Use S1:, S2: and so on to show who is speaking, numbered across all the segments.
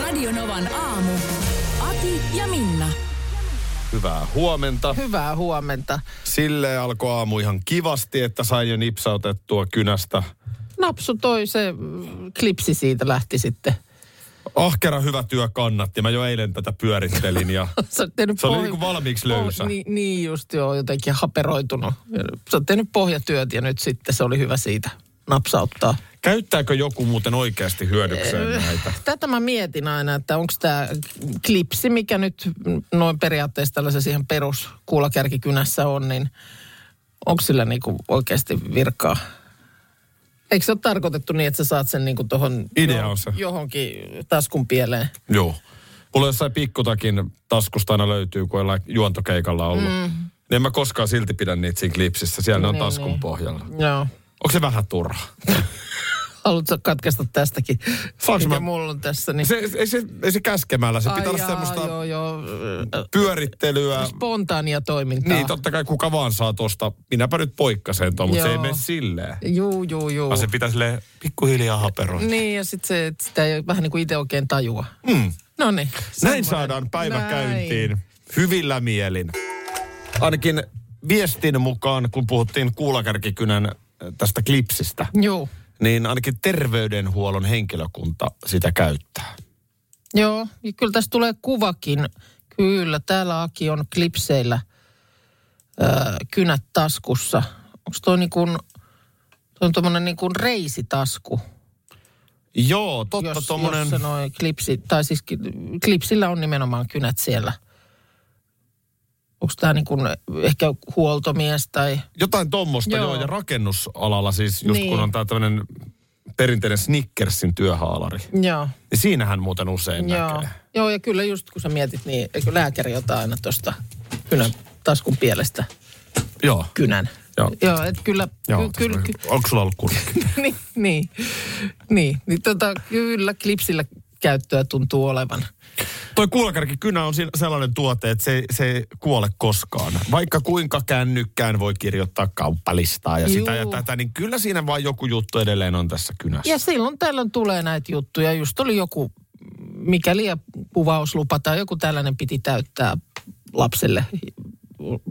S1: Radionovan aamu. Ati ja Minna.
S2: Hyvää huomenta.
S3: Hyvää huomenta.
S2: Sille alkoi aamu ihan kivasti, että sain jo nipsautettua kynästä.
S3: Napsu toi se mm, klipsi siitä lähti sitten.
S2: Ahkera Ah, hyvä työ kannatti. Mä jo eilen tätä pyörittelin ja
S3: Sä oot tehnyt
S2: Se oli niinku valmiiksi löysä.
S3: Oh, niin, niin just joo, jotenkin haperoitunut. Sä oot tehnyt pohjatyöt ja nyt sitten se oli hyvä siitä napsauttaa.
S2: käyttääkö joku muuten oikeasti hyödykseen näitä?
S3: Äh, Tätä mä mietin aina, että onko tämä klipsi, mikä nyt noin periaatteessa tällaisessa ihan perus kuulakärkikynässä on, niin onko sillä niinku oikeasti virkaa? Eikö se ole tarkoitettu niin, että sä saat sen niinku tohon
S2: Idea on se.
S3: johonkin taskun pieleen?
S2: Joo. Mulla jossain pikkutakin taskusta aina löytyy, kun ollaan juontokeikalla ollut. Mm. En mä koskaan silti pidä niitä siinä klipsissä. Siellä ne on
S3: Niin,
S2: taskun
S3: niin.
S2: pohjalla.
S3: Joo.
S2: Onko se vähän turha?
S3: Haluatko katkaista tästäkin,
S2: Saanko
S3: mikä
S2: mä-
S3: mulla on tässä? Niin...
S2: Se, ei, se, ei se käskemällä. Se
S3: Ai
S2: pitää olla
S3: jaa,
S2: semmoista
S3: Joo, joo. Äh,
S2: pyörittelyä.
S3: Spontaania toimintaa.
S2: Niin, totta kai kuka vaan saa tosta. Minäpä nyt poikkaseen tuon, mutta se ei
S3: Joo.
S2: mene silleen.
S3: Juu, juu, juu.
S2: Vaan se pitää sille pikkuhiljaa haperoida.
S3: Niin, ja sitten se, että sitä ei vähän niin kuin itse oikein tajua. Mm. No niin.
S2: Näin saadaan päivä
S3: Näin.
S2: käyntiin. Hyvillä mielin. Ainakin viestin mukaan, kun puhuttiin kuulakärkikynän äh, tästä klipsistä,
S3: Joo.
S2: niin ainakin terveydenhuollon henkilökunta sitä käyttää.
S3: Joo, ja kyllä tässä tulee kuvakin. Kyllä, täällä Aki on klipseillä öö, kynät taskussa. Onko toi niin kuin, toi on tommonen niin kuin reisitasku?
S2: Joo, totta
S3: jos,
S2: tommonen...
S3: jos se noi klipsi, tai siis ki- klipsillä on nimenomaan kynät siellä. Onko tämä niin kuin ehkä huoltomies tai...
S2: Jotain tommosta, joo.
S3: Joo.
S2: joo. Ja rakennusalalla siis, just niin.
S3: Niin.
S2: kun on tää tämmönen perinteinen Snickersin työhaalari,
S3: Joo,
S2: niin siinähän muuten usein joo.
S3: joo.
S2: näkee.
S3: joo, ja kyllä just kun sä mietit, niin eikö lääkäri jotain aina tuosta kynän taskun pielestä
S2: Joo.
S3: kynän.
S2: Joo.
S3: Joo, et kyllä,
S2: Joo,
S3: ky, kyllä, ky,
S2: onko sulla ollut kurkki?
S3: niin, niin, niin, niin tota, kyllä klipsillä käyttöä tuntuu olevan.
S2: Toi kuulakärkikynä on siinä sellainen tuote, että se, ei- se ei kuole koskaan. Vaikka kuinka kännykkään voi kirjoittaa kauppalistaa ja sitä
S3: Juu.
S2: ja tätä, niin kyllä siinä vaan joku juttu edelleen on tässä kynässä.
S3: Ja silloin tällöin tulee näitä juttuja. Just oli joku, mikäli kuvauslupa tai joku tällainen piti täyttää lapselle.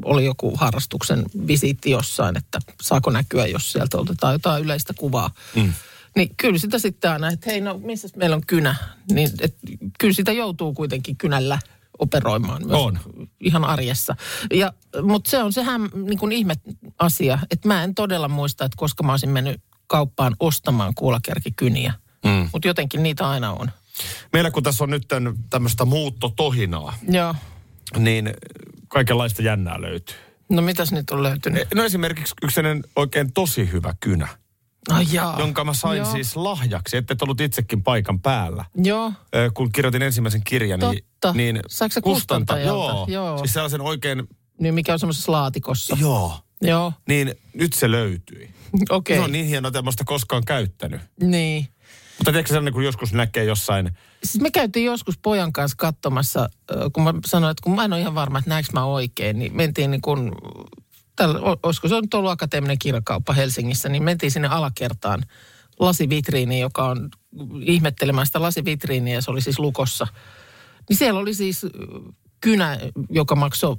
S3: Oli joku harrastuksen visiitti jossain, että saako näkyä, jos sieltä otetaan jotain yleistä kuvaa. Mm. Niin kyllä sitä sitten aina, että hei no missä meillä on kynä. Niin et, kyllä sitä joutuu kuitenkin kynällä operoimaan myös
S2: On.
S3: ihan arjessa. Ja, mutta se on sehän niin kuin ihme asia, että mä en todella muista, että koska mä olisin mennyt kauppaan ostamaan kuulakärkikyniä. Mm. Mutta jotenkin niitä aina on.
S2: Meillä kun tässä on nyt tämmöistä muuttotohinaa,
S3: Joo.
S2: niin kaikenlaista jännää löytyy.
S3: No mitäs nyt on löytynyt?
S2: No esimerkiksi yksi sellainen oikein tosi hyvä kynä,
S3: Ai jaa.
S2: Eh, jonka mä sain
S3: Joo.
S2: siis lahjaksi. Ette ollut itsekin paikan päällä.
S3: Joo.
S2: Ö, kun kirjoitin ensimmäisen kirjan,
S3: Totta.
S2: niin, niin
S3: Saatko sä kustantajalta?
S2: joo,
S3: Joo.
S2: siis sellaisen oikein,
S3: Niin mikä on semmoisessa laatikossa.
S2: joo,
S3: Joo.
S2: niin nyt se löytyi.
S3: Okei.
S2: Se on niin hienoa, että en mä sitä koskaan käyttänyt.
S3: niin.
S2: Mutta tiedätkö sellainen, kun joskus näkee jossain,
S3: Siis me käytiin joskus pojan kanssa katsomassa, ö, kun mä sanoin, että kun mä en ole ihan varma, että näinkö mä oikein, niin mentiin niin kuin, tällä, o- olisiko se nyt ollut akateeminen kirjakauppa Helsingissä, niin mentiin sinne alakertaan lasivitriiniin, joka on ihmettelemään sitä lasivitriiniä, ja se oli siis lukossa. Niin siellä oli siis ö, kynä, joka maksoi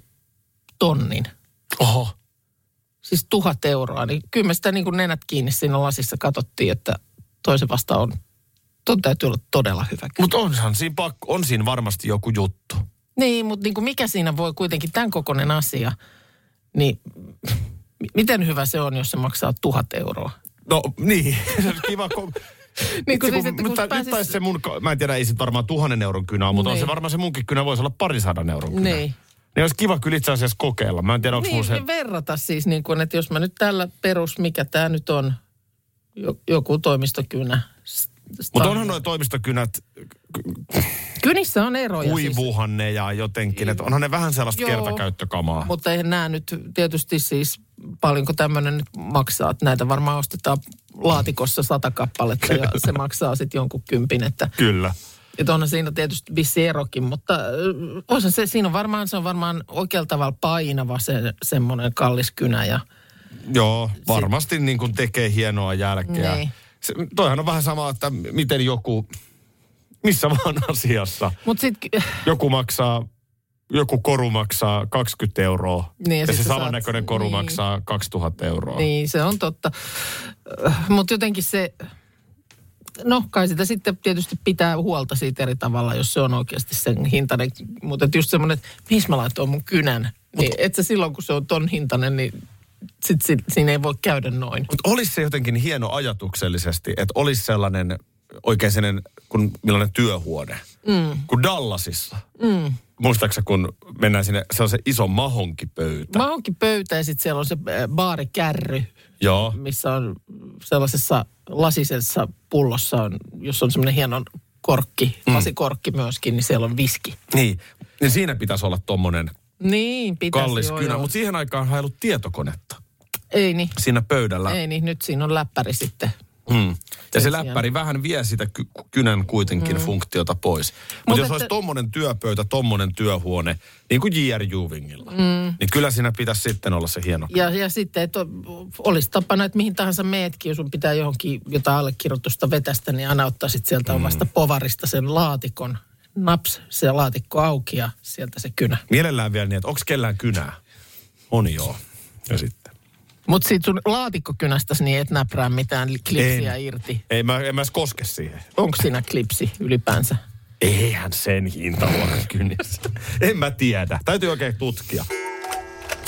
S3: tonnin,
S2: oho,
S3: siis tuhat euroa, niin kyllä me sitä niin kuin nenät kiinni siinä lasissa katsottiin, että toisen vasta on, ton täytyy olla todella hyvä kynä.
S2: mutta onhan siinä, pakko, on siinä varmasti joku juttu.
S3: Niin, mutta niin kuin mikä siinä voi kuitenkin, tämän kokoinen asia, niin m- miten hyvä se on, jos se maksaa tuhat euroa?
S2: No niin, se on kiva. Kun,
S3: Niin kun
S2: Itse,
S3: siis, että
S2: nyt,
S3: kun
S2: tä- nyt
S3: pääsis-
S2: taisi se mun, ko- mä en tiedä, ei se varmaan tuhannen euron kynä ole, mutta on
S3: Niin.
S2: se varmaan se munkin kynä voisi olla parisadan euron kynä.
S3: Niin.
S2: Niin olisi kiva kyllä itse asiassa kokeilla. Mä en tiedä, onko
S3: Niin,
S2: niin, se...
S3: niin verrata siis, niin kuin, että jos mä nyt tällä perus, mikä tämä nyt on, jo- joku toimistokynä, s-
S2: Mutta onhan nuo toimistokynät,
S3: Kynissä on eroja siis,
S2: kuivuuhan ne ja jotenkin, että onhan ne vähän sellaista
S3: Joo.
S2: kertakäyttökamaa.
S3: mutta eihän nämä nyt tietysti siis, paljonko tämmöinen nyt maksaa, että näitä varmaan ostetaan laatikossa sata kappaletta ja se maksaa sitten jonkun kympin, että
S2: Kyllä.
S3: Että onhan siinä tietysti vissi erokin, mutta äh, osa se, siinä on varmaan, se on varmaan oikealla tavalla painava se semmoinen kallis kynä ja
S2: Joo, varmasti niin kuin tekee hienoa jälkeä.
S3: Niin.
S2: Se, toihan on vähän sama, että miten joku, missä vaan asiassa,
S3: Mutta sitten
S2: joku maksaa, joku koru maksaa 20 euroa
S3: Niin, ja
S2: ja,
S3: sit
S2: se
S3: sä
S2: samannäköinen
S3: saat-
S2: koru
S3: niin.
S2: maksaa 2000 euroa.
S3: niin, se on totta. Mutta jotenkin se, no kai sitä sitten tietysti pitää huolta siitä eri tavalla, jos se on oikeasti sen hintainen. Mutta just semmoinen, että mihin mä laitoin mun kynän. Niin, et sä silloin, kun se on ton hintainen, niin sit, sit, siinä ei voi käydä noin.
S2: Mutta olisi se jotenkin hieno ajatuksellisesti, että olisi sellainen oikein sellainen, kun, millainen työhuone. Mm. Kun Dallasissa. Mm. Muistaaksä, kun mennään sinne, se on se iso mahonkipöytä.
S3: Mä onkin pöytä ja sitten siellä on se äh, baarikärry,
S2: Joo.
S3: missä on sellaisessa lasisessa pullossa, on, jos on semmoinen hieno korkki, mm. lasikorkki myöskin, niin siellä on viski.
S2: Niin. niin siinä pitäisi olla tommonen
S3: Niin, pitäisi
S2: kallis
S3: joo,
S2: kynä,
S3: joo.
S2: mutta siihen aikaan ei ollut tietokonetta
S3: Ei niin,
S2: siinä pöydällä.
S3: ei niin, nyt siinä on läppäri sitten.
S2: Mm. Ja se
S3: Sen
S2: läppäri vähän vie sitä ky- kynän kuitenkin mm. funktiota pois. Mutta Mut
S3: Mut
S2: jos
S3: että-
S2: olisi tommonen työpöytä, tommonen työhuone, niin kuin J.R. Juvingilla, mm. niin kyllä siinä pitäisi sitten olla se hieno.
S3: Ja, ja sitten, että o- olisi tapana, että mihin tahansa meetkin, jos sun pitää johonkin jotain allekirjoitusta vetästä, niin aina ottaa sitten sieltä mm. omasta povarista sen laatikon. Naps, se laatikko auki ja sieltä se kynä.
S2: Mielellään vielä niin, että onko kellään kynää? On joo. Ja sitten.
S3: Mutta siitä sun laatikkokynästäsi niin et näprää mitään li- klipsiä
S2: En.
S3: irti.
S2: Ei mä, en mä edes koske siihen.
S3: Onko siinä klipsi ylipäänsä?
S2: Eihän sen hintaluokan kynissä. en mä tiedä. Täytyy oikein tutkia.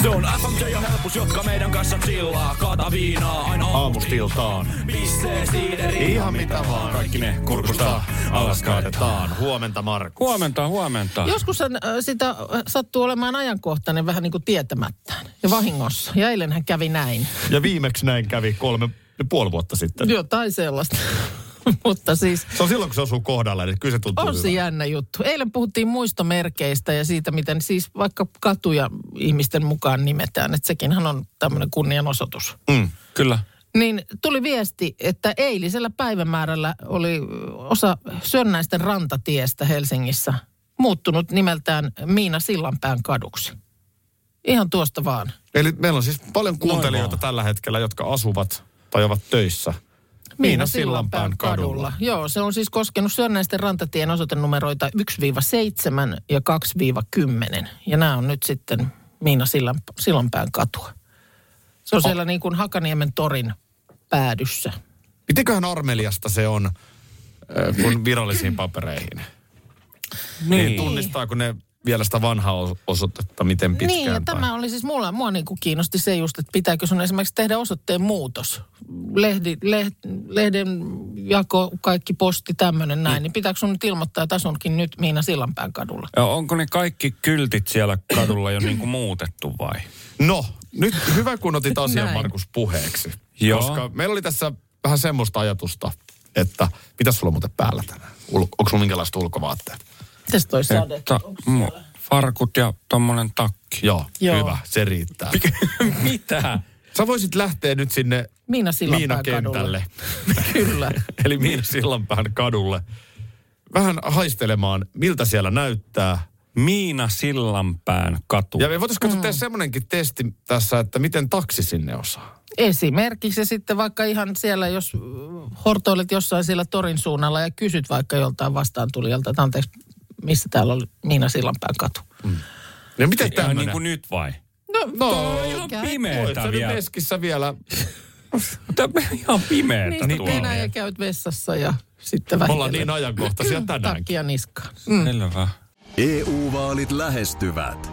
S4: Se on FMJ ja helpus, jotka meidän kanssa chillaa. Kaata viinaa aina
S2: Aamustiltaan.
S4: Pissee siideri.
S2: Ihan mitä vaan. Kaikki ne kurkusta alas kaadetaan. Huomenta Markku.
S4: Huomenta, huomenta.
S3: Joskus hän, ö, sitä ö, sattuu olemaan ajankohtainen vähän niin kuin tietämättään ja vahingossa. Ja eilen hän kävi näin.
S2: Ja viimeksi näin kävi kolme ja puoli vuotta sitten.
S3: Jotain sellaista. Mutta siis
S2: Se on silloin, kun se osuu kohdalle, niin kyllä se tuntuu
S3: on se
S2: hyvältä.
S3: jännä juttu. Eilen puhuttiin muistomerkeistä ja siitä, miten siis vaikka katuja ihmisten mukaan nimetään. Että sekinhän on tämmöinen kunnianosoitus.
S2: Mm.
S4: Kyllä.
S3: Niin tuli viesti, että eilisellä päivämäärällä oli osa Sönnäisten rantatiestä Helsingissä muuttunut nimeltään Miina Sillanpään kaduksi. Ihan tuosta vaan.
S2: Eli meillä on siis paljon kuuntelijoita
S4: vaan.
S2: tällä hetkellä, jotka asuvat tai ovat töissä. Miina Sillanpään kadulla.
S3: Joo, se on siis koskenut Sönnäisten rantatien osoitenumeroita 1-7 ja 2-10. Ja nämä on nyt sitten Miina Sillan, Sillanpään katua. Se on siellä niin kuin Hakaniemen torin päädyssä.
S2: Mitenköhän armeliasta se on äh, kun virallisiin papereihin? Niin. Tunnistaako ne vielä sitä vanhaa os- osoitetta, miten pitkään?
S3: Niin, ja
S2: tai-
S3: tämä oli siis mulla, mua niin kuin kiinnosti se just, että pitääkö sun esimerkiksi tehdä osoitteen muutos. Lehdi, leht, lehden jako, kaikki posti, tämmöinen näin. Niin pitääkö sun nyt ilmoittaa, että asunkin nyt Miina Sillanpään kadulla?
S4: Ja onko ne kaikki kyltit siellä kadulla jo niinku muutettu vai?
S2: No, nyt hyvä kun otit asian
S3: Näin.
S2: Markus puheeksi.
S4: Joo.
S2: Koska meillä oli tässä vähän semmoista ajatusta, että mitä sulla muuten päällä tänään? Ul- onko sulla minkälaiset ulkovaatteet?
S3: Mitäs toi sade?
S4: Että mu- farkut ja tommonen takki.
S2: Joo, Joo.
S3: Joo.
S2: hyvä, se riittää.
S4: Mitä?
S2: Sä voisit lähteä nyt sinne
S3: Miina Sillanpään
S2: Miina kentälle,
S3: kadulla. Kyllä.
S2: eli Miina Sillanpään kadulle, vähän haistelemaan, miltä siellä näyttää.
S4: Miina Sillanpään katu.
S2: Ja me voitaisiin katsoa tehdä semmoinenkin testi tässä, että miten taksi sinne osaa.
S3: Esimerkiksi ja sitten vaikka ihan siellä, jos äh, hortoilet jossain siellä torin suunnalla ja kysyt vaikka joltain vastaan tulijalta, että anteeksi, missä täällä oli Miina Sillanpään katu?
S2: Ja miten
S4: Ihan
S2: tämmöinen?
S4: niin kuin nyt vai?
S3: No,
S2: no,
S4: Ihan
S3: Käy-
S2: voit sä
S4: pimeetä
S2: nyt
S4: vielä.
S2: leskissä vielä.
S4: Tää on Ihan pimeetä
S3: Niin,
S4: tuolla.
S3: Venäjä käyt vessassa ja sitten
S2: Me ollaan niin
S3: vähitellen
S2: ajankohtaisia tänään.
S3: takia niskaan.
S4: Mm. Selvä.
S5: EU-vaalit E lähestyvät.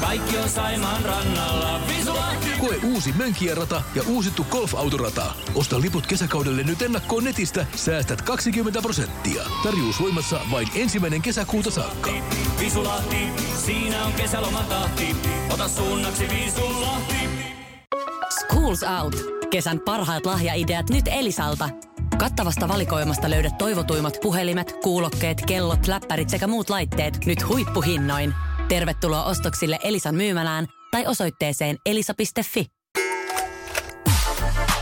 S4: kaikki on Saimaan rannalla. Visulahti!
S6: Koe uusi Mönkijärata ja uusittu golfautorata. Osta liput kesäkaudelle nyt ennakkoon netistä, säästät 20 prosenttia. Tarjous voimassa vain ensimmäinen kesäkuuta saakka.
S4: Visulahti, siinä on kesälomatahti. Ota suunnaksi Visulahti.
S7: Schools Out. Kesän parhaat lahjaideat nyt Elisalta. Kattavasta valikoimasta löydät toivotuimmat puhelimet, kuulokkeet, kellot, läppärit sekä muut laitteet nyt huippuhinnoin. Tervetuloa ostoksille Elisan myymälään tai osoitteeseen elisa.fi.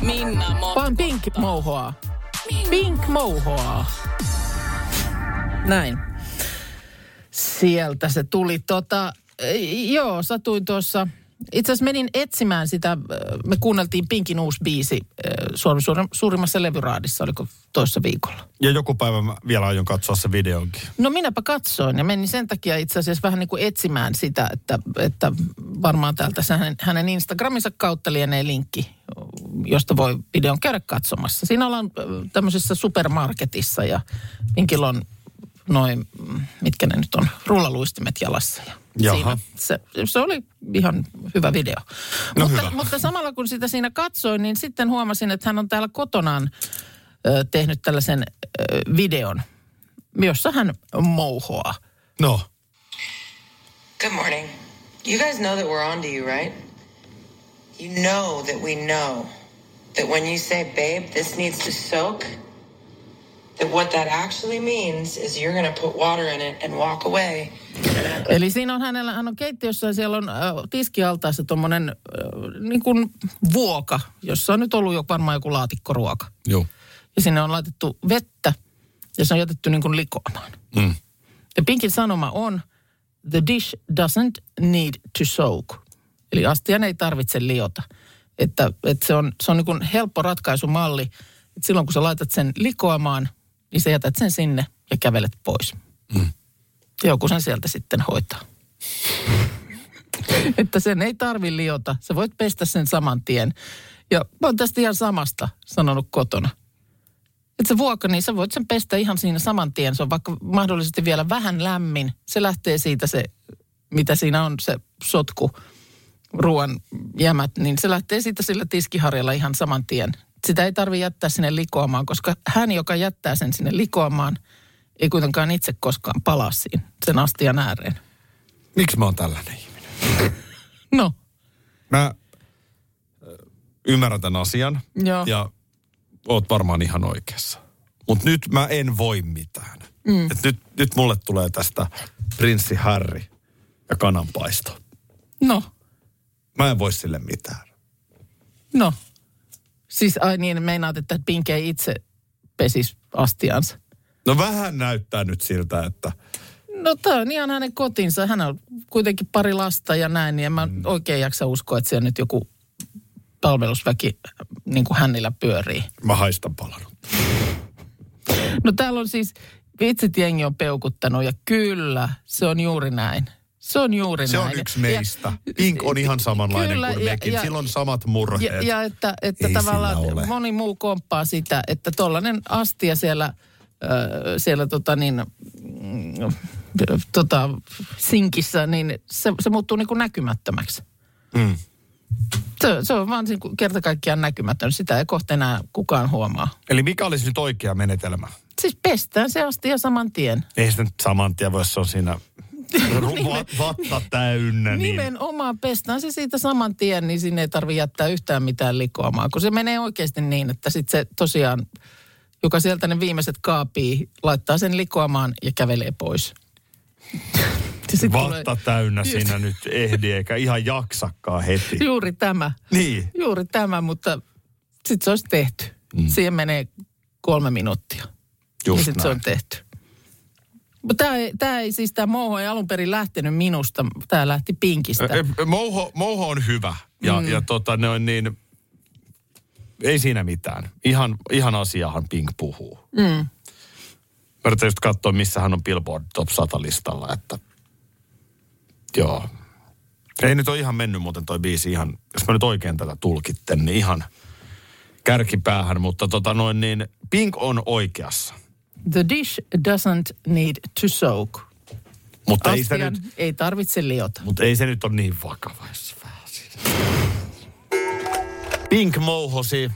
S1: Minna Mo.
S3: Vaan Pink mouhoaa. Pink mouhoaa. Näin. Sieltä se tuli. Tota, ei, joo, satuin tuossa. Itse asiassa menin etsimään sitä. ö, Me kuunneltiin Pinkin uusi biisi ö, suor, suor, suurimmassa levyraadissa, oliko toissa viikolla.
S2: Ja joku päivä mä vielä aion katsoa se videonkin.
S3: No minäpä katsoin ja menin sen takia itse asiassa vähän niin kuin etsimään sitä, että, että varmaan täältä se hänen, hänen Instagraminsa kautta lienee linkki, josta voi videon käydä katsomassa. Siinä ollaan ö, tämmöisessä supermarketissa ja Pinkillä on noin, mm, mitkä ne nyt on, rullaluistimet jalassa. Ja
S2: Jaha.
S3: Siinä se, se oli ihan hyvä video.
S2: No
S3: mutta,
S2: hyvä.
S3: mutta samalla kun sitä siinä katsoin, niin sitten huomasin, että hän on täällä kotonaan ö, tehnyt tällaisen ö, videon, jossa hän mouhoaa.
S2: No,
S8: Good morning. You guys know that we're on to you, right? You know that we know that when you say, babe, this needs to soak, that what that actually means is you're going to put water in it and walk away.
S3: Eli siinä on hänellä, hän on keittiössä ja siellä on äh, tiskialtaassa tuommoinen äh, niin kuin vuoka, jossa on nyt ollut jo varmaan joku laatikkoruoka.
S2: joo.
S3: Ja sinne on laitettu vettä ja se on jätetty niin kuin likoamaan. Mm. Ja Pinkin sanoma on, the dish doesn't need to soak. Eli astian ei tarvitse liota. Että, että se on, se on niin kuin helppo ratkaisumalli, että silloin kun sä laitat sen likoamaan, niin sä jätät sen sinne ja kävelet pois. Mm. Joku sen sieltä sitten hoitaa. että sen ei tarvi liota, sä voit pestä sen saman tien. Ja mä oon tästä ihan samasta sanonut kotona. Että se vuokka, niin sä voit sen pestä ihan siinä saman tien. Se on vaikka mahdollisesti vielä vähän lämmin. Se lähtee siitä se, mitä siinä on, se sotku, ruoan jämät, niin se lähtee siitä sillä tiskiharjalla ihan saman tien. Sitä ei tarvitse jättää sinne likoamaan, koska hän, joka jättää sen sinne likoamaan, ei kuitenkaan itse koskaan palaa siinä sen astian ääreen.
S2: Miksi mä oon tällainen ihminen?
S3: No,
S2: Mä äh, ymmärrän tämän asian.
S3: Joo.
S2: Ja oot varmaan ihan oikeassa. Mutta nyt mä en voi mitään. Mm. Et nyt, nyt mulle tulee tästä prinssi Harry ja kananpaisto.
S3: no,
S2: Mä en voi sille mitään.
S3: no. Siis ai niin, meinaat, että Pink ei itse pesisi astiansa.
S2: No vähän näyttää nyt siltä, että
S3: No tämä on ihan hänen kotinsa. Hän on kuitenkin pari lasta ja näin, niin en mä oikein jaksa uskoa, että siellä nyt joku palvelusväki äh, niin kuin hänillä pyörii.
S2: mä haistan palanut.
S3: No täällä on siis, vitsit jengi on peukuttanut ja kyllä, se on juuri näin. Se on juuri
S2: Se
S3: näin.
S2: on yksi meistä. Pink on ihan samanlainen
S3: Kyllä,
S2: kuin
S3: ja-
S2: mekin.
S3: ja-
S2: Sillä on samat murheet.
S3: Ja, ja että, että
S2: Ei
S3: tavallaan
S2: sillä ole.
S3: moni muu komppaa sitä, että tollainen astia siellä, ö, siellä tota niin, mm, tota, sinkissä, niin se, se muuttuu niin kuin näkymättömäksi. Mm. Se, se on vaan niin kuin kerta kaikkiaan näkymätön. Sitä ei kohta enää kukaan huomaa.
S2: Eli mikä olisi nyt oikea menetelmä?
S3: Siis pestään se astia saman tien.
S2: Ei se nyt saman tien voi, se on siinä ru- va- vatta täynnä. Niin.
S3: Nimenomaan pestään se siitä saman tien, niin sinne ei tarvitse jättää yhtään mitään likoamaan. Kun se menee oikeasti niin, että sitten se tosiaan, joka sieltä ne viimeiset kaapii, laittaa sen likoamaan ja kävelee pois. Ja sit tulee
S2: Vatta täynnä siinä nyt ehdi, eikä ihan jaksakaan heti.
S3: Juuri tämä.
S2: Niin.
S3: Juuri tämä, mutta sitten se olisi tehty. Mm. Siihen menee kolme minuuttia. ja
S2: Just
S3: sitten se
S2: näin.
S3: on tehty. Mutta tämä ei, tää ei siis, tämä mouho ei alun perin lähtenyt minusta. Tämä lähti pinkistä.
S2: Ä- ä- Mouho, mouho on hyvä. Ja, mm. ja tota, noin niin, ei siinä mitään. Ihan, ihan asiahan Pink puhuu. Mm. Mä yritän just katsoa, missä hän on Billboard Top 100 listalla, että joo. Ei nyt ole ihan mennyt muuten toi biisi ihan, jos mä nyt oikein tätä tulkitten, niin ihan kärkipäähän, mutta tota noin niin, Pink on oikeassa.
S3: The dish doesn't need to soak.
S2: Mutta ei, sitä
S3: Astian
S2: nyt,
S3: ei tarvitse liota.
S2: mutta ei se nyt ole niin vakava, jos vähän siitä- Pink mouhosi.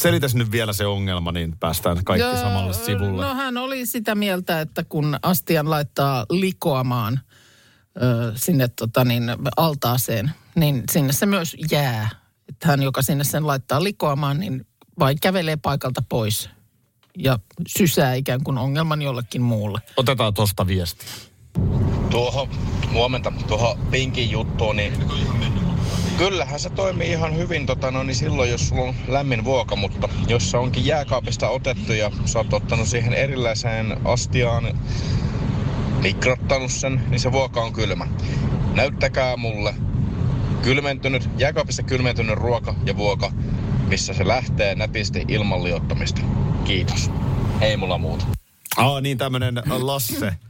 S2: Selitäs nyt vielä se ongelma, niin päästään kaikki
S3: Joo,
S2: samalle sivulle.
S3: No hän oli sitä mieltä, että kun astian laittaa likoamaan ö, sinne tota niin, altaaseen, niin sinne se myös jää. Että hän, joka sinne sen laittaa likoamaan, niin vain kävelee paikalta pois ja sysää ikään kuin ongelman jollekin muulle.
S2: Otetaan tosta viesti.
S9: Tuohon, huomenta, tuohon pinkin juttuun, niin kyllähän se toimii ihan hyvin tota, no, niin silloin, jos sulla on lämmin vuoka, mutta jos se onkin jääkaapista otettu ja sä oot ottanut siihen erilaiseen astiaan, mikrottanut sen, niin se vuoka on kylmä. Näyttäkää mulle kylmentynyt, jääkaapista kylmentynyt ruoka ja vuoka, missä se lähtee nätisti ilman liottamista. Kiitos. Ei mulla muuta.
S2: Aa, niin tämmönen Lasse.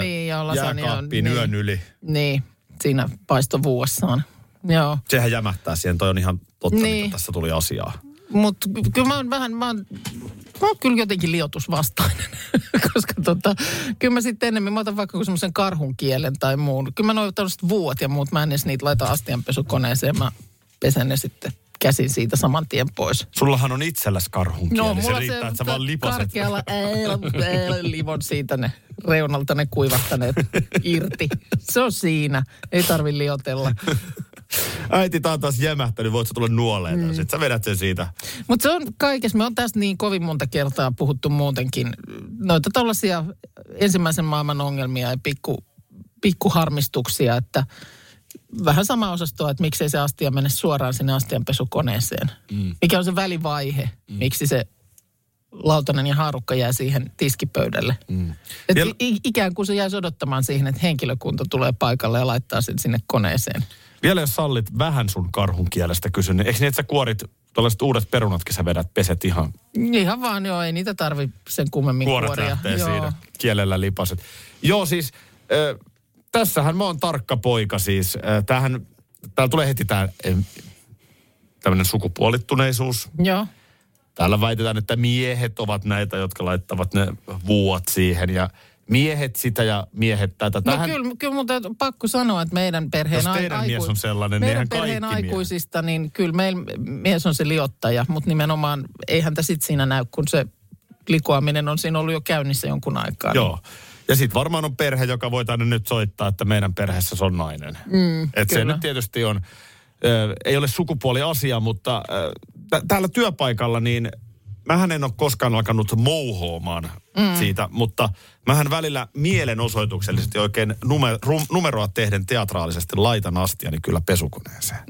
S3: Niin, ja lasagna on-
S2: jääkaappiin
S3: niin.
S2: yön yli.
S3: Niin, siinä paistovuossaan. Joo.
S2: Sehän jämähtää siihen, toi on ihan totta, niin.
S3: Niin.
S2: mitä tässä tuli asiaa.
S3: Mutta kyllä mä oon vähän, mä oon, mä oon kyllä jotenkin liotusvastainen, koska tota, kyllä mä sitten enemmän, mä otan vaikka kuin semmoisen karhun kielen tai muun. Kyllä mä noin tällaiset vuot ja muut, mä en edes niitä laita astianpesukoneeseen, mä pesen ne sitten käsin siitä saman tien pois.
S2: Sullahan on itselläs karhun
S3: No,
S2: kieli, se riittää, että sä vaan lipaset.
S3: karkealla ää, ää, livon siitä ne reunalta ne kuivattaneet irti. Se on siinä, ei tarvi liotella.
S2: Äiti, tää on taas jämähtänyt, voit sä tulla nuoleen mm. Sitten sä vedät sen siitä.
S3: Mutta se on kaikessa. Me on tästä niin kovin monta kertaa puhuttu muutenkin. Noita tällaisia ensimmäisen maailman ongelmia ja pikku, pikkuharmistuksia, että vähän sama osastoa, että miksei se astia mene suoraan sinne astianpesukoneeseen. Mm. Mikä on se välivaihe, mm. miksi se lautanen ja haarukka jää siihen tiskipöydälle. Mm. Et
S2: Ja-
S3: i- ikään kuin se jäisi odottamaan siihen, että henkilökunta tulee paikalle ja laittaa sen sinne koneeseen.
S2: Vielä jos sallit vähän sun karhun kielestä kysyn, niin eikö niin, että sä kuorit tällaiset uudet perunatkin sä vedät, peset ihan
S3: Ihan vaan, joo, ei niitä tarvi sen kummemmin
S2: kuoret
S3: Niin kuoria.
S2: lähtee
S3: Joo.
S2: siinä, kielellä lipaset. Joo siis, äh, tässähän mä oon tarkka poika siis. Äh, tämähän, täällä tulee heti tää äh, tämmönen sukupuolittuneisuus.
S3: Joo.
S2: Täällä väitetään, että miehet ovat näitä, jotka laittavat ne vuot siihen ja miehet sitä ja miehet tätä.
S3: Tähän... No kyllä, kyllä mun täytyy pakko sanoa, että meidän perheen,
S2: Jos teidän
S3: ai-
S2: mies on sellainen, niin eihän
S3: meidän perheen
S2: kaikki miehet.
S3: aikuisista, niin kyllä meillä mies on se liottaja, mutta nimenomaan eihän tässä sit siinä näy, kun se likoaminen on siinä ollut jo käynnissä jonkun aikaa.
S2: Joo. Ja sitten varmaan on perhe, joka voi tänne nyt soittaa, että meidän perheessä se on nainen. Mm, Et se
S3: kyllä.
S2: nyt tietysti on, ö, ei ole sukupuoliasia, mutta ö, tä- täällä työpaikalla niin mähän en ole koskaan alkanut mouhoamaan mm. siitä, mutta mähän välillä mielenosoituksellisesti oikein nume, rum, numeroa tehden teatraalisesti laitan astiani kyllä pesukoneeseen.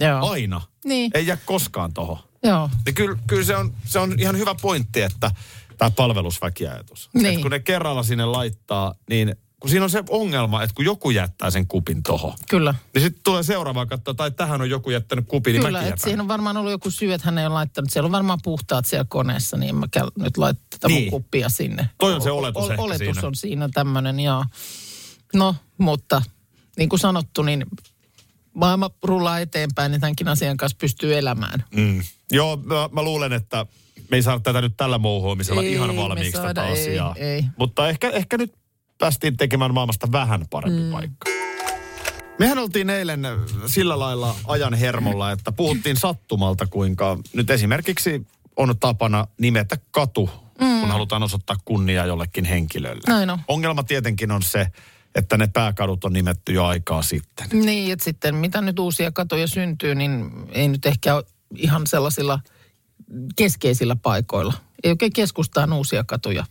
S3: Joo.
S2: Aina.
S3: Niin.
S2: Ei jää koskaan tohon.
S3: Joo.
S2: Niin kyllä, kyllä se, on, se on ihan hyvä pointti, että tämä palvelusväkiajatus.
S3: Niin.
S2: Et kun ne kerralla sinne laittaa, niin kun siinä on se ongelma, että kun joku jättää sen kupin toho,
S3: Kyllä.
S2: niin sitten tulee seuraava katsoa, tai tähän on joku jättänyt kupin, niin
S3: Kyllä,
S2: mäkin
S3: että
S2: jätän.
S3: siihen on varmaan ollut joku syy, että hän ei ole laittanut. Siellä on varmaan puhtaat siellä koneessa, niin en mä käy nyt laittaa tätä
S2: Niin.
S3: niin. kuppia sinne.
S2: Toi on se oletus ehkä
S3: Oletus
S2: siinä.
S3: on siinä tämmöinen, joo. No, mutta niin kuin sanottu, niin maailma rullaa eteenpäin, niin tämänkin asian kanssa pystyy elämään.
S2: Mm. Joo, mä, mä luulen, että me ei saada tätä nyt tällä mouhoamisella
S3: Ei,
S2: ihan
S3: me
S2: valmiiksi
S3: saada,
S2: tätä
S3: ei,
S2: asiaa.
S3: ei.
S2: Mutta ehkä, ehkä nyt päästiin tekemään maailmasta vähän parempi mm. paikka. Mehän oltiin eilen sillä lailla ajan hermolla, että puhuttiin sattumalta, kuinka nyt esimerkiksi on tapana nimetä katu, mm. kun halutaan osoittaa kunnia jollekin henkilölle.
S3: Näin on.
S2: Ongelma tietenkin on se, että ne pääkadut on nimetty jo aikaa sitten.
S3: Niin, että sitten mitä nyt uusia katoja syntyy, niin ei nyt ehkä ole ihan sellaisilla keskeisillä paikoilla. Ei oikein keskustaan uusia katuja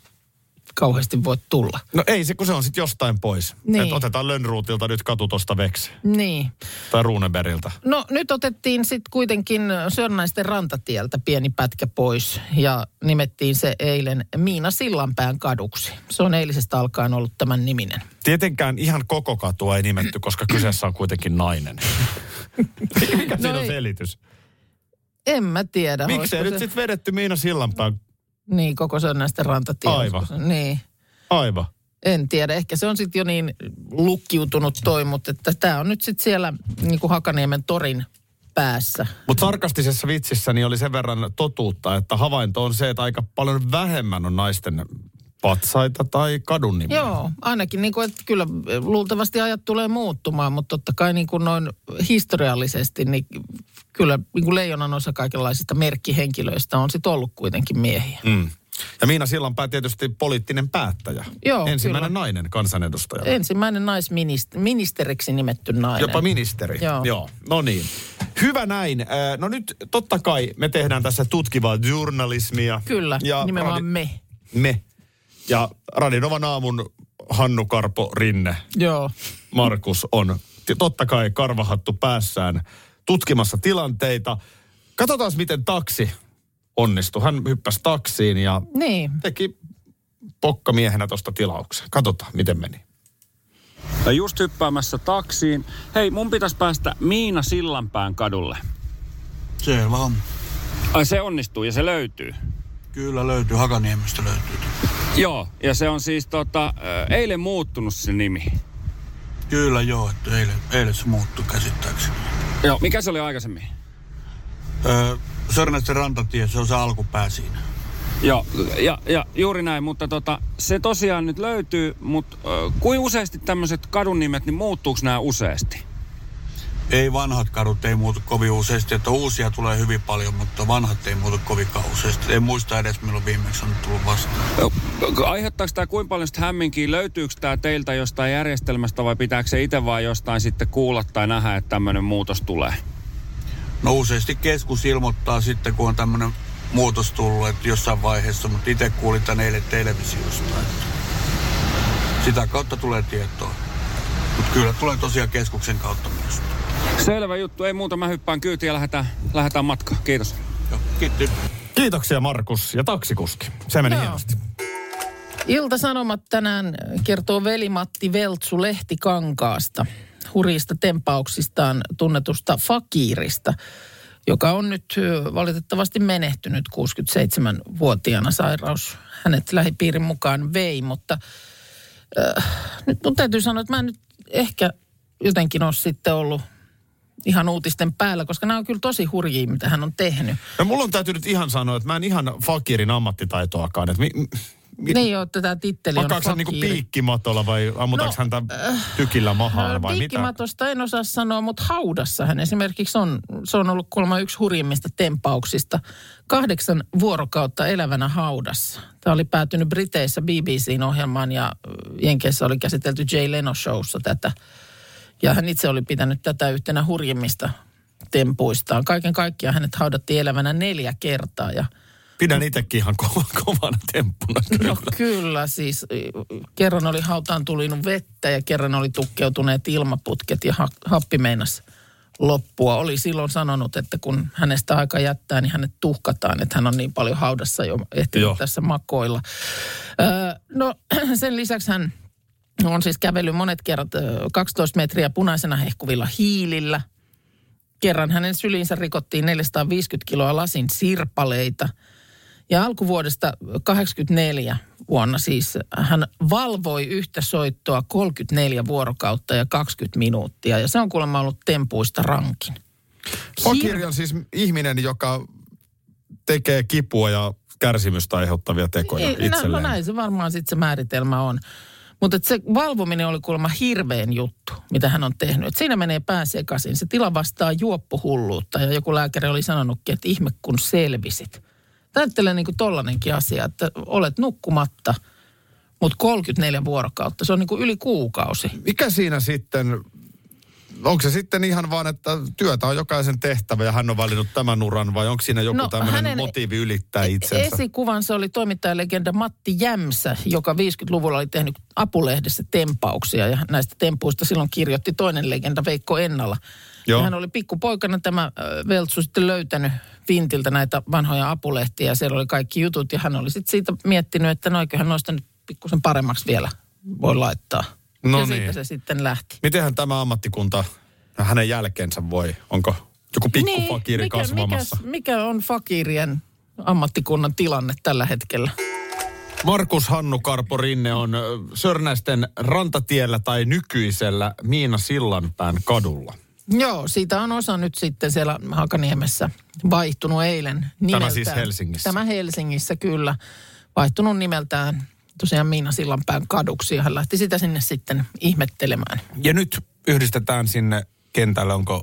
S3: kauheasti voi tulla.
S2: No ei se, kun se on sitten jostain pois.
S3: Niin.
S2: Et otetaan Lönnruutilta nyt katu tosta veksi.
S3: Niin.
S2: Tai Runeberiltä.
S3: No nyt otettiin sitten kuitenkin Sörnäisten rantatieltä pieni pätkä pois ja nimettiin se eilen Miina Sillanpään kaduksi. Se on eilisestä alkaen ollut tämän niminen.
S2: Tietenkään ihan koko katua ei nimetty, koska kyseessä on kuitenkin nainen. Mikä siinä on
S3: No ei.
S2: selitys?
S3: En mä tiedä.
S2: Miksei
S3: olisiko
S2: nyt
S3: se-
S2: sitten vedetty Miina Sillanpään?
S3: Niin, koko Sörnäisten rantatie.
S2: Aivan.
S3: olisiko se- Niin.
S2: Aivan.
S3: En tiedä, ehkä se on sitten jo niin lukkiutunut toi, mutta tämä on nyt sitten siellä niin kuin Hakaniemen torin päässä.
S2: Mutta sarkastisessa vitsissä niin oli sen verran totuutta, että havainto on se, että aika paljon vähemmän on naisten patsaita tai kadun nimiä.
S3: Joo, ainakin niin kuin, että kyllä luultavasti ajat tulee muuttumaan, mutta totta kai niin kuin noin historiallisesti, niin kyllä niin kuin leijonan osa kaikenlaisista merkkihenkilöistä on sitten ollut kuitenkin miehiä.
S2: Mm. Ja Miina Sillanpää tietysti poliittinen päättäjä.
S3: Joo,
S2: Ensimmäinen
S3: kyllä.
S2: nainen kansanedustaja.
S3: Ensimmäinen naisministeriksi nimetty nainen.
S2: Jopa ministeri.
S3: Joo.
S2: Joo. No niin. Hyvä näin. Äh, No nyt totta kai me tehdään tässä tutkivaa journalismia.
S3: Kyllä, ja nimenomaan
S2: radi-
S3: me.
S2: me. Ja Radinovan aamun Hannu Karpo Rinne,
S3: Joo,
S2: Markus on t- totta kai karvahattu päässään tutkimassa tilanteita. Katsotaan miten taksi onnistui. Hän hyppäsi taksiin ja
S3: niin.
S2: teki pokkamiehenä tuosta tilauksen. Katsotaan, miten meni.
S4: Ja just hyppäämässä taksiin. Hei, mun pitäisi päästä Miina Sillanpään kadulle.
S10: Selvä on.
S4: Ai se onnistuu ja se löytyy.
S10: Kyllä löytyy, Hakaniemestä löytyy.
S4: Joo, ja se on siis tota, ö, eilen muuttunut se nimi.
S10: Kyllä joo, että eilen, eilen se muuttui käsittääkseni.
S4: Joo. Mikä se oli aikaisemmin?
S10: Öö, Sörnästen rantatie, se on se alkupää siinä.
S4: Joo, ja, ja juuri näin, mutta tota, se tosiaan nyt löytyy, mutta ö, kuin useasti tämmöiset kadun nimet, niin muuttuuko nämä useasti?
S10: Ei vanhat kadut ei muutu kovin useasti, että uusia tulee hyvin paljon, mutta vanhat ei muutu kovin useasti. En muista edes milloin viimeksi on tullut vastaan.
S4: Ö, Aiheuttaako tämä kuin paljon sitä hämminkiä? Löytyykö tämä teiltä jostain järjestelmästä vai pitääkö se itse vaan jostain sitten kuulla tai nähdä, että tämmöinen muutos tulee?
S10: No useasti keskus ilmoittaa sitten, kun on tämmöinen muutos tullut, että jossain vaiheessa, mutta itse kuulin tämän eilen televisiosta. että Sitä kautta tulee tietoa. Mutta kyllä tulee tosiaan keskuksen kautta myös.
S4: Selvä juttu, ei muuta, mä hyppään kyytiin ja lähdetään, lähdetään matkaan. Kiitos.
S10: Joo, kiitti.
S2: Kiitoksia Markus ja taksikuski. Se meni
S3: Joo.
S2: hienosti.
S3: Ilta-Sanomat tänään kertoo velimatti Veltsu Lehtikankaasta, hurjista tempauksistaan tunnetusta fakiirista, joka on nyt ö, valitettavasti menehtynyt 67-vuotiaana sairaus. Hänet lähipiirin mukaan vei, mutta äh, nyt mun täytyy sanoa, että mä en nyt ehkä jotenkin ole sitten ollut ihan uutisten päällä, koska nämä on kyllä tosi hurjia, mitä hän on tehnyt.
S2: No mulla on täytynyt ihan sanoa, että mä en ihan fakirin ammattitaitoakaan. Että mi, mi,
S3: Niin joo, tätä titteli on
S2: Pakaako hän niinku
S3: fakiiri.
S2: piikkimatolla vai ammutaanko
S3: No,
S2: häntä tykillä mahaan vai mitä?
S3: Piikkimatosta en osaa sanoa, mutta haudassa hän esimerkiksi on, se on ollut kuulemma yksi hurjimmista tempauksista. Kahdeksan vuorokautta elävänä haudassa. Tämä oli päätynyt Briteissä BBCn ohjelmaan ja ö, Jenkeissä oli käsitelty Jay Leno showssa tätä. Ja hän itse oli pitänyt tätä yhtenä hurjimmista tempuistaan. Kaiken kaikkiaan hänet haudattiin elävänä neljä kertaa ja
S2: Pidän itsekin ihan kova, kovana temppuna.
S3: No kyllä, siis y- y- kerran oli hautaan tulinut vettä ja kerran oli tukkeutuneet ilmaputket ja ha- happi meinas loppua. Oli silloin sanonut, että kun hänestä aika jättää, niin hänet tuhkataan, että hän on niin paljon haudassa jo ehtinyt
S2: Joo.
S3: tässä makoilla. Öö, no sen lisäksi hän on siis kävellyt monet kerrat öö, 12 metriä punaisena hehkuvilla hiilillä. Kerran hänen syliinsä rikottiin 450 kiloa lasin sirpaleita – ja alkuvuodesta 84 vuonna siis hän valvoi yhtä soittoa 34 vuorokautta ja 20 minuuttia. Ja se on kuulemma ollut tempuista rankin.
S2: Fakiri on siis ihminen, joka tekee kipua ja kärsimystä aiheuttavia tekoja
S3: Ei, no, no
S2: itselleen.
S3: näin se varmaan sitten se määritelmä on. Mutta se valvominen oli kuulemma hirveän juttu, mitä hän on tehnyt. Et siinä menee pää sekaisin. Se tila vastaa juoppuhulluutta ja joku lääkäri oli sanonutkin, että ihme kun selvisit. Ajattelen niin kuin tollanenkin asia, että olet nukkumatta, mutta 34 vuorokautta. Se on niin kuin yli kuukausi.
S2: Mikä siinä sitten, onko se sitten ihan vaan, että työtä on jokaisen tehtävä ja hän on valinnut tämän uran vai onko siinä joku
S3: No,
S2: no, tämmöinen
S3: hänen e-
S2: motiivi ylittää itsensä?
S3: Esikuvansa oli toimittajalegenda Matti Jämsä, joka 50-luvulla oli tehnyt apulehdessä tempauksia. Ja näistä tempuista silloin kirjoitti toinen legenda Veikko Ennala.
S2: Joo.
S3: Ja Hän oli pikkupoikana tämä ö, Veltsu sitten löytänyt Vintiltä näitä vanhoja apulehtiä. Ja siellä oli kaikki jutut ja hän oli sitten siitä miettinyt, että noiköhän noista nyt pikkusen paremmaksi vielä voi laittaa.
S2: No
S3: ja siitä
S2: niin.
S3: se sitten lähti.
S2: Mitenhän tämä ammattikunta hänen jälkeensä voi? Onko joku pikkufakiri
S3: Niin, mikä,
S2: kasvamassa?
S3: mikä, mikä on fakirien ammattikunnan tilanne tällä hetkellä?
S2: Markus Hannu Karpo Rinne on ö, Sörnäisten rantatiellä tai nykyisellä Miina Sillanpään kadulla.
S3: Joo, siitä on osa nyt sitten siellä Hakaniemessä vaihtunut eilen nimeltään.
S2: siis Helsingissä.
S3: Tämä Helsingissä, kyllä. Vaihtunut nimeltään tosiaan Miina Sillanpään kaduksi ja hän lähti sitä sinne sitten ihmettelemään.
S2: Ja nyt yhdistetään sinne kentälle, onko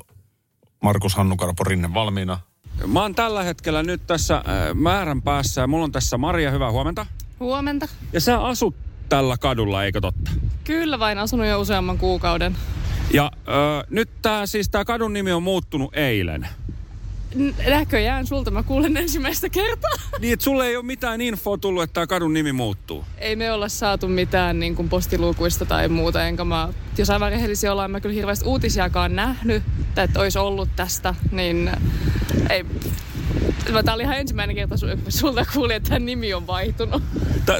S2: Markus Hannukarpo Rinne valmiina?
S4: Mä oon tällä hetkellä nyt tässä äh, määrän päässä ja mulla on tässä Maria, hyvää huomenta.
S11: Huomenta.
S4: Ja sä asut tällä kadulla, eikö totta?
S11: Kyllä vain, asunut jo useamman kuukauden.
S4: Ja äh, nyt tää, siis tää kadun nimi on muuttunut eilen.
S11: N- näköjään sulta mä kuulen ensimmäistä kertaa.
S4: Niin, että sulle ei ole mitään infoa tullut, että tää kadun nimi muuttuu.
S11: Ei me olla saatu mitään niin kuin postiluukuista tai muuta, enkä mä, jos aivan rehellisiä ollaan, en mä kyllä hirveästi uutisiakaan nähnyt, tai että olisi ollut tästä, niin ei, Mä- Tää oli ihan ensimmäinen kerta su- kun sulta kuulin, että tää nimi on vaihtunut.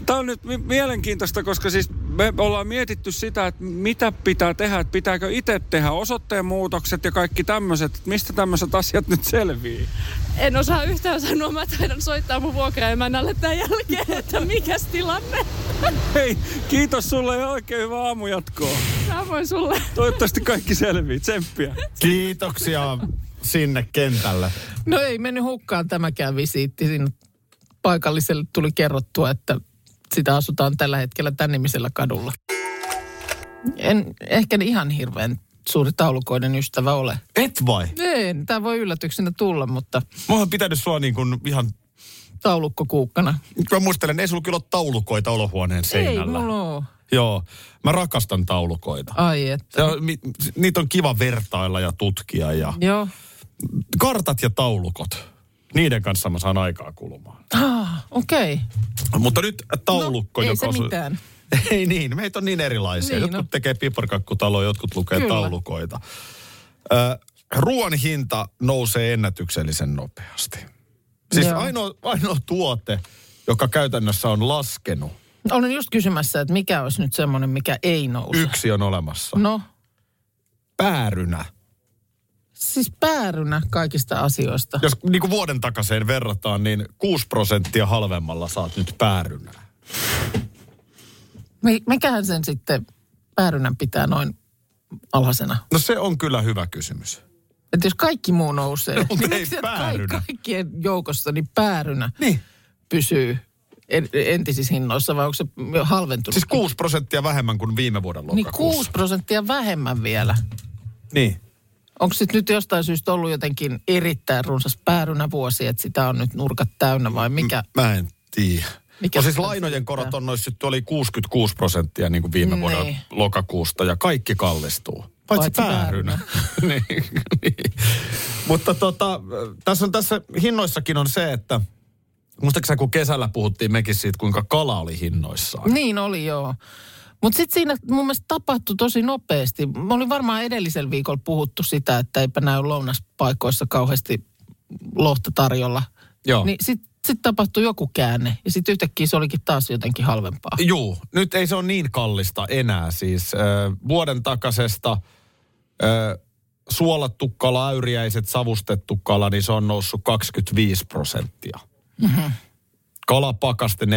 S4: Tämä on nyt mi- mielenkiintoista, koska siis me ollaan mietitty sitä, että mitä pitää tehdä, että pitääkö itse tehdä osoitteen muutokset ja kaikki tämmöiset, että mistä tämmöiset asiat nyt selvii.
S11: En osaa yhtään sanoa, mä taidan soittaa mun vuokraemännälle tämän jälkeen, että mikäs tilanne.
S4: Hei, kiitos sulle ja oikein hyvää aamujatkoa.
S11: Samoin sulle.
S4: Toivottavasti kaikki selvii, tsemppiä.
S2: Kiitoksia sinne kentälle.
S3: No ei mennyt hukkaan tämäkään visiitti. Siinä paikalliselle tuli kerrottua, että sitä asutaan tällä hetkellä tämän nimisellä kadulla. En ehkä ihan hirveän suuri taulukoiden ystävä ole.
S2: Et vai?
S3: En, tämä voi yllätyksenä tulla, mutta
S2: Mä oon pitänyt sua niin kuin ihan...
S3: taulukkokuukkana.
S2: Mä muistelen, ei sulla kyllä ole taulukoita olohuoneen seinällä.
S3: Ei mulla oo.
S2: Joo, mä rakastan taulukoita.
S3: Ai että.
S2: Se on, mi, niitä on kiva vertailla ja tutkia ja
S3: Joo.
S2: kartat ja taulukot. Niiden kanssa mä saan aikaa kulumaan.
S3: Ah, okei. Okay.
S2: Mutta nyt taulukko,
S3: no,
S2: joka
S3: Ei se
S2: osu-
S3: mitään.
S2: Ei niin, meitä on niin erilaisia.
S3: Niin
S2: Niin, jotkut
S3: on.
S2: tekee piparkakkutaloja, jotkut lukee
S3: Kyllä.
S2: Kyllä. taulukoita. Ö, ruoan hinta nousee ennätyksellisen nopeasti. Siis
S3: Joo.
S2: ainoa, ainoa tuote, joka käytännössä on laskenut,
S3: Olen just kysymässä, että mikä olisi nyt semmoinen, mikä ei nouse.
S2: yksi on olemassa.
S3: No,
S2: Päärynä.
S3: siis päärynä kaikista asioista.
S2: Jos niin kuin vuoden takaiseen verrataan, niin 6 prosenttia halvemmalla saat nyt päärynää.
S3: Mi- Mikähän sen sitten päärynän pitää noin alhaisena?
S2: No se on kyllä hyvä kysymys.
S3: Että jos kaikki muu nousee,
S2: mutta
S3: niin
S2: ei
S3: miksi sieltä
S2: päärynä?
S3: Ka- kaikkien joukossa niin päärynä
S2: Niin.
S3: pysyy en- entisissä hinnoissa, vai onko se jo halventunut?
S2: Siis 6 prosenttia vähemmän kuin viime vuoden
S3: niin
S2: lokakuussa.
S3: 6 prosenttia vähemmän vielä.
S2: Niin.
S3: Onko sitten nyt jostain syystä ollut jotenkin erittäin runsas päärynä vuosi, että sitä on nyt nurkat täynnä vai mikä?
S2: Mä en tiedä.
S3: Mikä
S2: no siis
S3: se on
S2: lainojen
S3: sitten?
S2: korot on noissa nyt oli 66 prosenttia niin kuin viime vuoden
S3: Niin.
S2: lokakuusta ja kaikki kallistuu. Paitsi,
S3: Paitsi
S2: Paitsi päärynä. niin, niin. Mutta tota, tässä, on, tässä hinnoissakin on se, että muistatko sä, kun kesällä puhuttiin mekin siitä, kuinka kala oli hinnoissaan?
S3: Niin oli joo. Mutta sitten siinä mun mielestä tapahtui tosi nopeasti. Mä olin varmaan edellisellä viikolla puhuttu sitä, että eipä näy lounaspaikoissa kauheasti lohta tarjolla.
S2: Joo.
S3: Niin sitten sit tapahtui joku käänne ja sitten yhtäkkiä se olikin taas jotenkin halvempaa.
S2: Juu, nyt ei se ole niin kallista enää siis. Ö, vuoden takasesta ö, suolattu kala, äyriäiset, savustettu kala, niin se on noussut 25 prosenttia. Mm-hmm. Kalapakaste 14,6.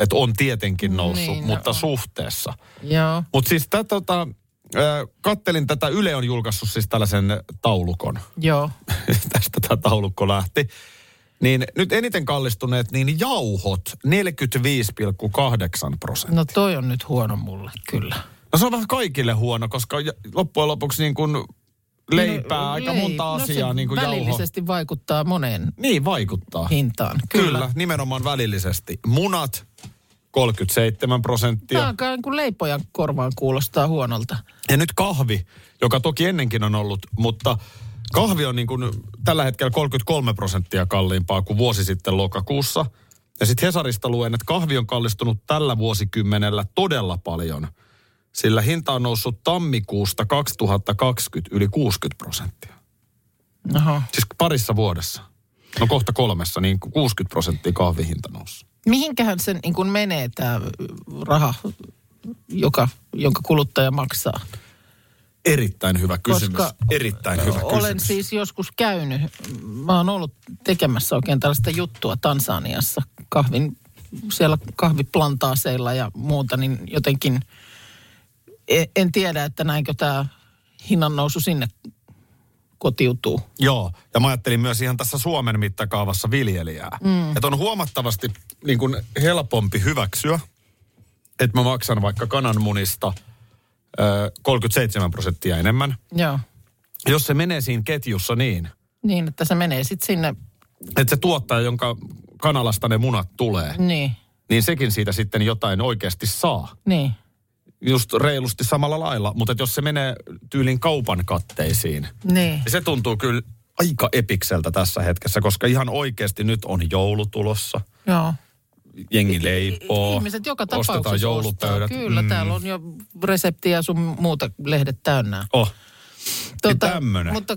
S2: Et on tietenkin noussut,
S3: Niin,
S2: niin,
S3: no
S2: mutta
S3: on.
S2: on. suhteessa.
S3: Joo.
S2: Mutta siis tää, tota, ö, kattelin tätä, Yle on julkaissut siis tällaisen taulukon.
S3: Joo.
S2: Tästä tämä taulukko lähti. Niin nyt eniten kallistuneet, niin jauhot 45,8 prosenttia.
S3: No toi on nyt huono mulle kyllä.
S2: No se on vähän kaikille huono, koska j- loppujen lopuksi niin kuin leipää
S3: No,
S2: aika
S3: lei-
S2: monta asiaa
S3: no,
S2: niin kuin jauho.
S3: välillisesti vaikuttaa moneen
S2: Niin vaikuttaa.
S3: hintaan.
S2: Kyllä. Kyllä, nimenomaan välillisesti. Munat 37 prosenttia.
S3: Tämä alkaa niin kuin leipojan korvaan kuulostaa huonolta.
S2: Ja nyt kahvi, joka toki ennenkin on ollut, mutta kahvi on niin kuin tällä hetkellä 33 prosenttia kalliimpaa kuin vuosi sitten lokakuussa. Ja sitten Hesarista luen, että kahvi on kallistunut tällä vuosikymmenellä todella paljon, sillä hinta on noussut tammikuusta 2020 yli 60 prosenttia.
S3: Aha.
S2: Siis parissa vuodessa. No kohta kolmessa, niin 60 prosenttia kahvihinta noussut.
S3: Mihinkähän se niin kuin menee tämä raha, joka, jonka kuluttaja maksaa?
S2: Erittäin hyvä kysymys.
S3: Koska
S2: Koska Erittäin hyvä
S3: Olen
S2: kysymys.
S3: siis joskus käynyt, mä oon ollut tekemässä oikein tällaista juttua Tansaniassa kahvin, siellä kahviplantaaseilla ja muuta, niin jotenkin e- en tiedä, että näinkö tämä hinnan nousu sinne kotiutuu.
S2: Joo, ja mä ajattelin myös ihan tässä Suomen mittakaavassa viljelijää. Mm. Että on huomattavasti niin kuin helpompi hyväksyä, että mä maksan vaikka kananmunista ö, 37 prosenttia enemmän.
S3: Joo.
S2: Jos se menee siinä ketjussa niin,
S3: Niin, että se menee sitten sinne,
S2: että se tuottaja, jonka kanalasta ne munat tulee, mm.
S3: niin,
S2: niin sekin siitä sitten jotain oikeasti saa.
S3: niin.
S2: Just reilusti samalla lailla, mutta et jos se menee tyylin kaupan katteisiin,
S3: Niin.
S2: Ja se tuntuu kyllä aika epikseltä tässä hetkessä, koska ihan oikeasti nyt on joulu tulossa.
S3: Joo.
S2: Jengi leipoo.
S3: Ihmiset joka
S2: Ostetaan
S3: tapauksessa
S2: joulupöydät.
S3: ostaa. Kyllä, mm. täällä on jo reseptiä sun muuta lehdet täynnä. Tota,
S2: Oh. tämmönen.
S3: mutta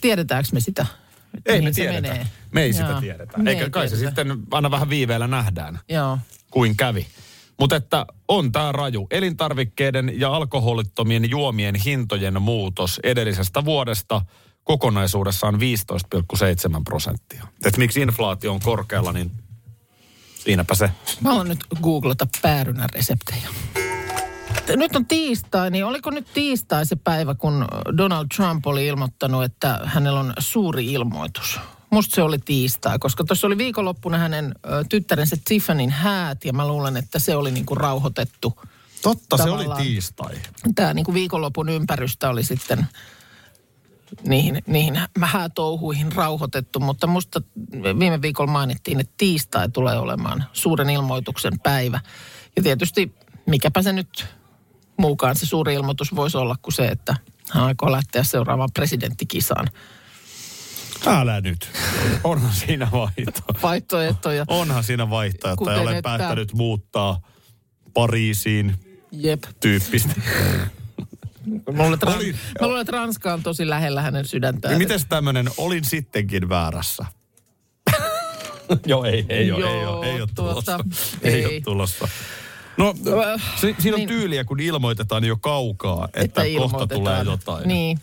S3: tiedetäänkö me sitä? että
S2: Ei me
S3: mihin Niin se
S2: tiedetä.
S3: menee?
S2: Me ei sitä
S3: Joo.
S2: tiedetä.
S3: Me
S2: Eikä
S3: ei
S2: kai se
S3: tiedetä.
S2: sitten aina vähän viiveellä nähdään,
S3: Joo,
S2: kuin kävi. Mutta että on tämä raju. Elintarvikkeiden ja alkoholittomien juomien hintojen muutos edellisestä vuodesta kokonaisuudessaan 15,7 prosenttia. Et miksi inflaatio on korkealla, niin siinäpä se.
S3: mä haluan nyt googlata päärynän reseptejä. T- Nyt on tiistai, niin oliko nyt tiistai se päivä, kun Donald Trump oli ilmoittanut, että hänellä on suuri ilmoitus? Musta se oli tiistai, koska tuossa oli viikonloppuna hänen ö, tyttärensä Tiffanyn häät, ja mä luulen, että se oli niinku rauhoitettu.
S2: Totta, se
S3: Tavallaan.
S2: oli tiistai.
S3: tämä niin kuin viikonlopun ympärystä oli sitten niihin, niihin hätouhuihin rauhoitettu, mutta musta viime viikolla mainittiin, että tiistai tulee olemaan suuren ilmoituksen päivä. Ja tietysti mikäpä se nyt muukaan se suuri ilmoitus voisi olla kuin se, että hän aikoo lähteä seuraavaan presidenttikisaan
S2: Älä nyt. Onhan siinä vaihtoehto.
S3: vaihtoehtoja.
S2: Onhan siinä vaihtoehto. Ja
S3: Kuten
S2: olen
S3: että-
S2: päättänyt muuttaa Pariisiin
S3: Jep.
S2: tyyppistä.
S3: Mä luulen, että,
S2: Oli-
S3: Ran- mä luulen, että Ranska on tosi lähellä hänen sydäntään.
S2: Niin mites tämmönen, olin sittenkin väärässä? Joo, ei, ei ole, ei ole, ei ole
S3: Joo,
S2: tulossa.
S3: tuota,
S2: Ei
S3: ei.
S2: ole tulossa. No, si- siinä on
S3: Niin.
S2: tyyliä, kun ilmoitetaan jo kaukaa, että kohta
S3: ilmoitetaan.
S2: tulee jotain.
S3: Niin.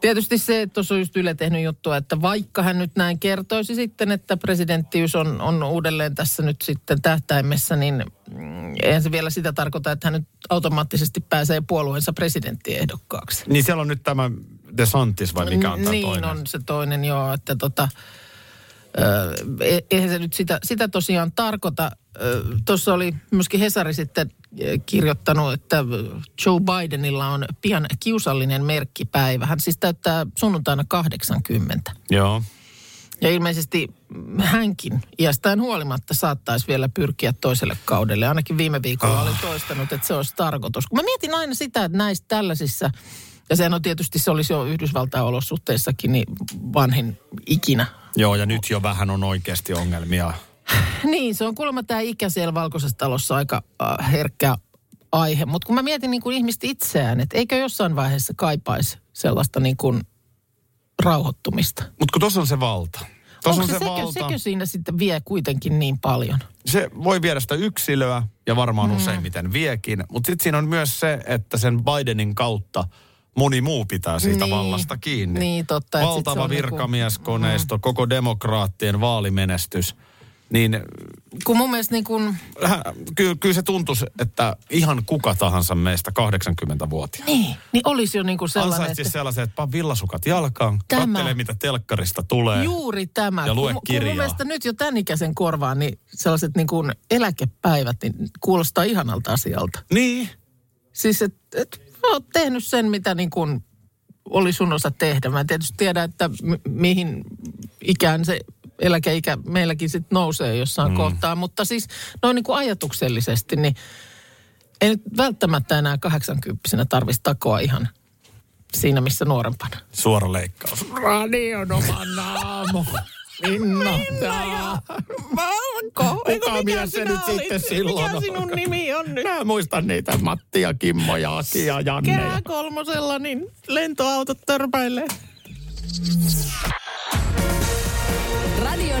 S3: Tietysti se, että tuossa on just Yle tehnyt juttua, että vaikka hän nyt näin kertoisi sitten, että presidenttiys on, on uudelleen tässä nyt sitten tähtäimessä, niin mm, eihän se vielä sitä tarkoita, että hän nyt automaattisesti pääsee puolueensa presidenttiehdokkaaksi.
S2: Niin siellä on nyt tämä DeSantis vai mikä on tämä
S3: niin
S2: toinen?
S3: on se toinen, joo, että tota, ö, e- eihän se nyt sitä, sitä tosiaan tarkoita. Ö, Tuossa oli myöskin Hesari sitten ö, kirjoittanut, että Joe Bidenilla on pian kiusallinen merkkipäivä. Hän siis täyttää sunnuntaina 80.
S2: Joo.
S3: Ja ilmeisesti hänkin iästään huolimatta saattaisi vielä pyrkiä toiselle kaudelle. Ainakin viime viikolla
S2: Ah.
S3: oli toistanut, että se olisi tarkoitus. Kun mä mietin aina sitä, että näissä tällaisissa, ja sehän on tietysti, se olisi jo Yhdysvaltain olosuhteissakin niin vanhin ikinä.
S2: Joo, ja nyt jo vähän on oikeasti ongelmia.
S3: Niin, se on kuulemma tämä ikä siellä valkoisessa talossa aika äh, herkkä aihe. Mutta kun mä mietin niin kuin ihmistä itseään, että eikö jossain vaiheessa kaipaisi sellaista niin kuin rauhoittumista.
S2: Mutta kun tuossa on se valta. Tuossa
S3: Onko
S2: on se,
S3: se, se sekö,
S2: valta.
S3: sekö siinä sitten vie kuitenkin niin paljon?
S2: se voi viedä sitä yksilöä ja varmaan mm. useimmiten viekin, mutta sitten siinä on myös se, että sen Bidenin kautta moni muu pitää siitä
S3: Niin.
S2: niin. vallasta kiinni.
S3: Niin, totta, et sit se
S2: Valtava
S3: on
S2: virkamieskoneisto, mm. koko demokraattien vaalimenestys. Niin
S3: Kun mun mielestä niin kun,
S2: äh, kyllä, kyllä se tuntuisi, että ihan kuka tahansa meistä 80-vuotiaana
S3: niin, niin olisi jo niin kuin sellainen,
S2: ansaitsisi
S3: että
S2: sellaisen, että pan villasukat jalkaan,
S3: Tämä.
S2: kattele mitä telkkarista tulee.
S3: juuri tämä.
S2: Ja lue
S3: kun, mu- kun
S2: kirjaa.
S3: mun mielestä nyt jo tämän ikäisen korvaan, niin sellaiset niin kuin eläkepäivät niin kuulostaa ihanalta asialta.
S2: Niin,
S3: Siis, että et, mä oon tehnyt sen, mitä niin kuin oli sun osa tehdä. Mä en tietysti tiedä, että mi- mihin ikään se eläkeikä meilläkin sitten nousee jossain mm. kohtaa. Mutta siis noin niin kuin ajatuksellisesti, niin ei nyt välttämättä enää 80 tarvitsisi takoa ihan siinä, missä nuorempana.
S2: suora leikkaus.
S3: Radion oma naamo. Minna. Minna ja Valko. Eiku,
S2: Kuka mies se
S3: sinä
S2: nyt sitten silloin
S3: Mikä
S2: on?
S3: sinun nimi on nyt?
S2: Mä muistan niitä Mattia, Kimmo ja Aki ja Janne.
S3: Kehä kolmosella, niin lentoautot törpäilee.
S1: Radio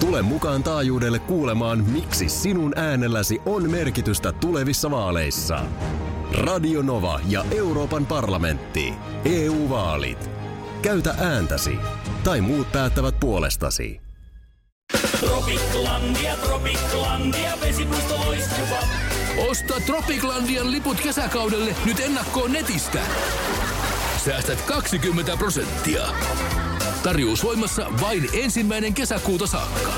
S5: Tule mukaan taajuudelle kuulemaan, miksi sinun äänelläsi on merkitystä tulevissa vaaleissa. Radio Nova ja Euroopan parlamentti. EU-vaalit. Käytä ääntäsi. Tai muut päättävät puolestasi.
S12: Tropiklandia, Tropiklandia, vesipuisto loistuva.
S6: Osta Tropiklandian liput kesäkaudelle nyt ennakkoon netistä. Säästät 20 prosenttia. Tarjous voimassa vain ensimmäinen kesäkuuta saakka.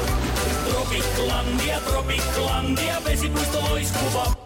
S12: Tropiklandia, Tropiklandia, vesipuisto loistuva.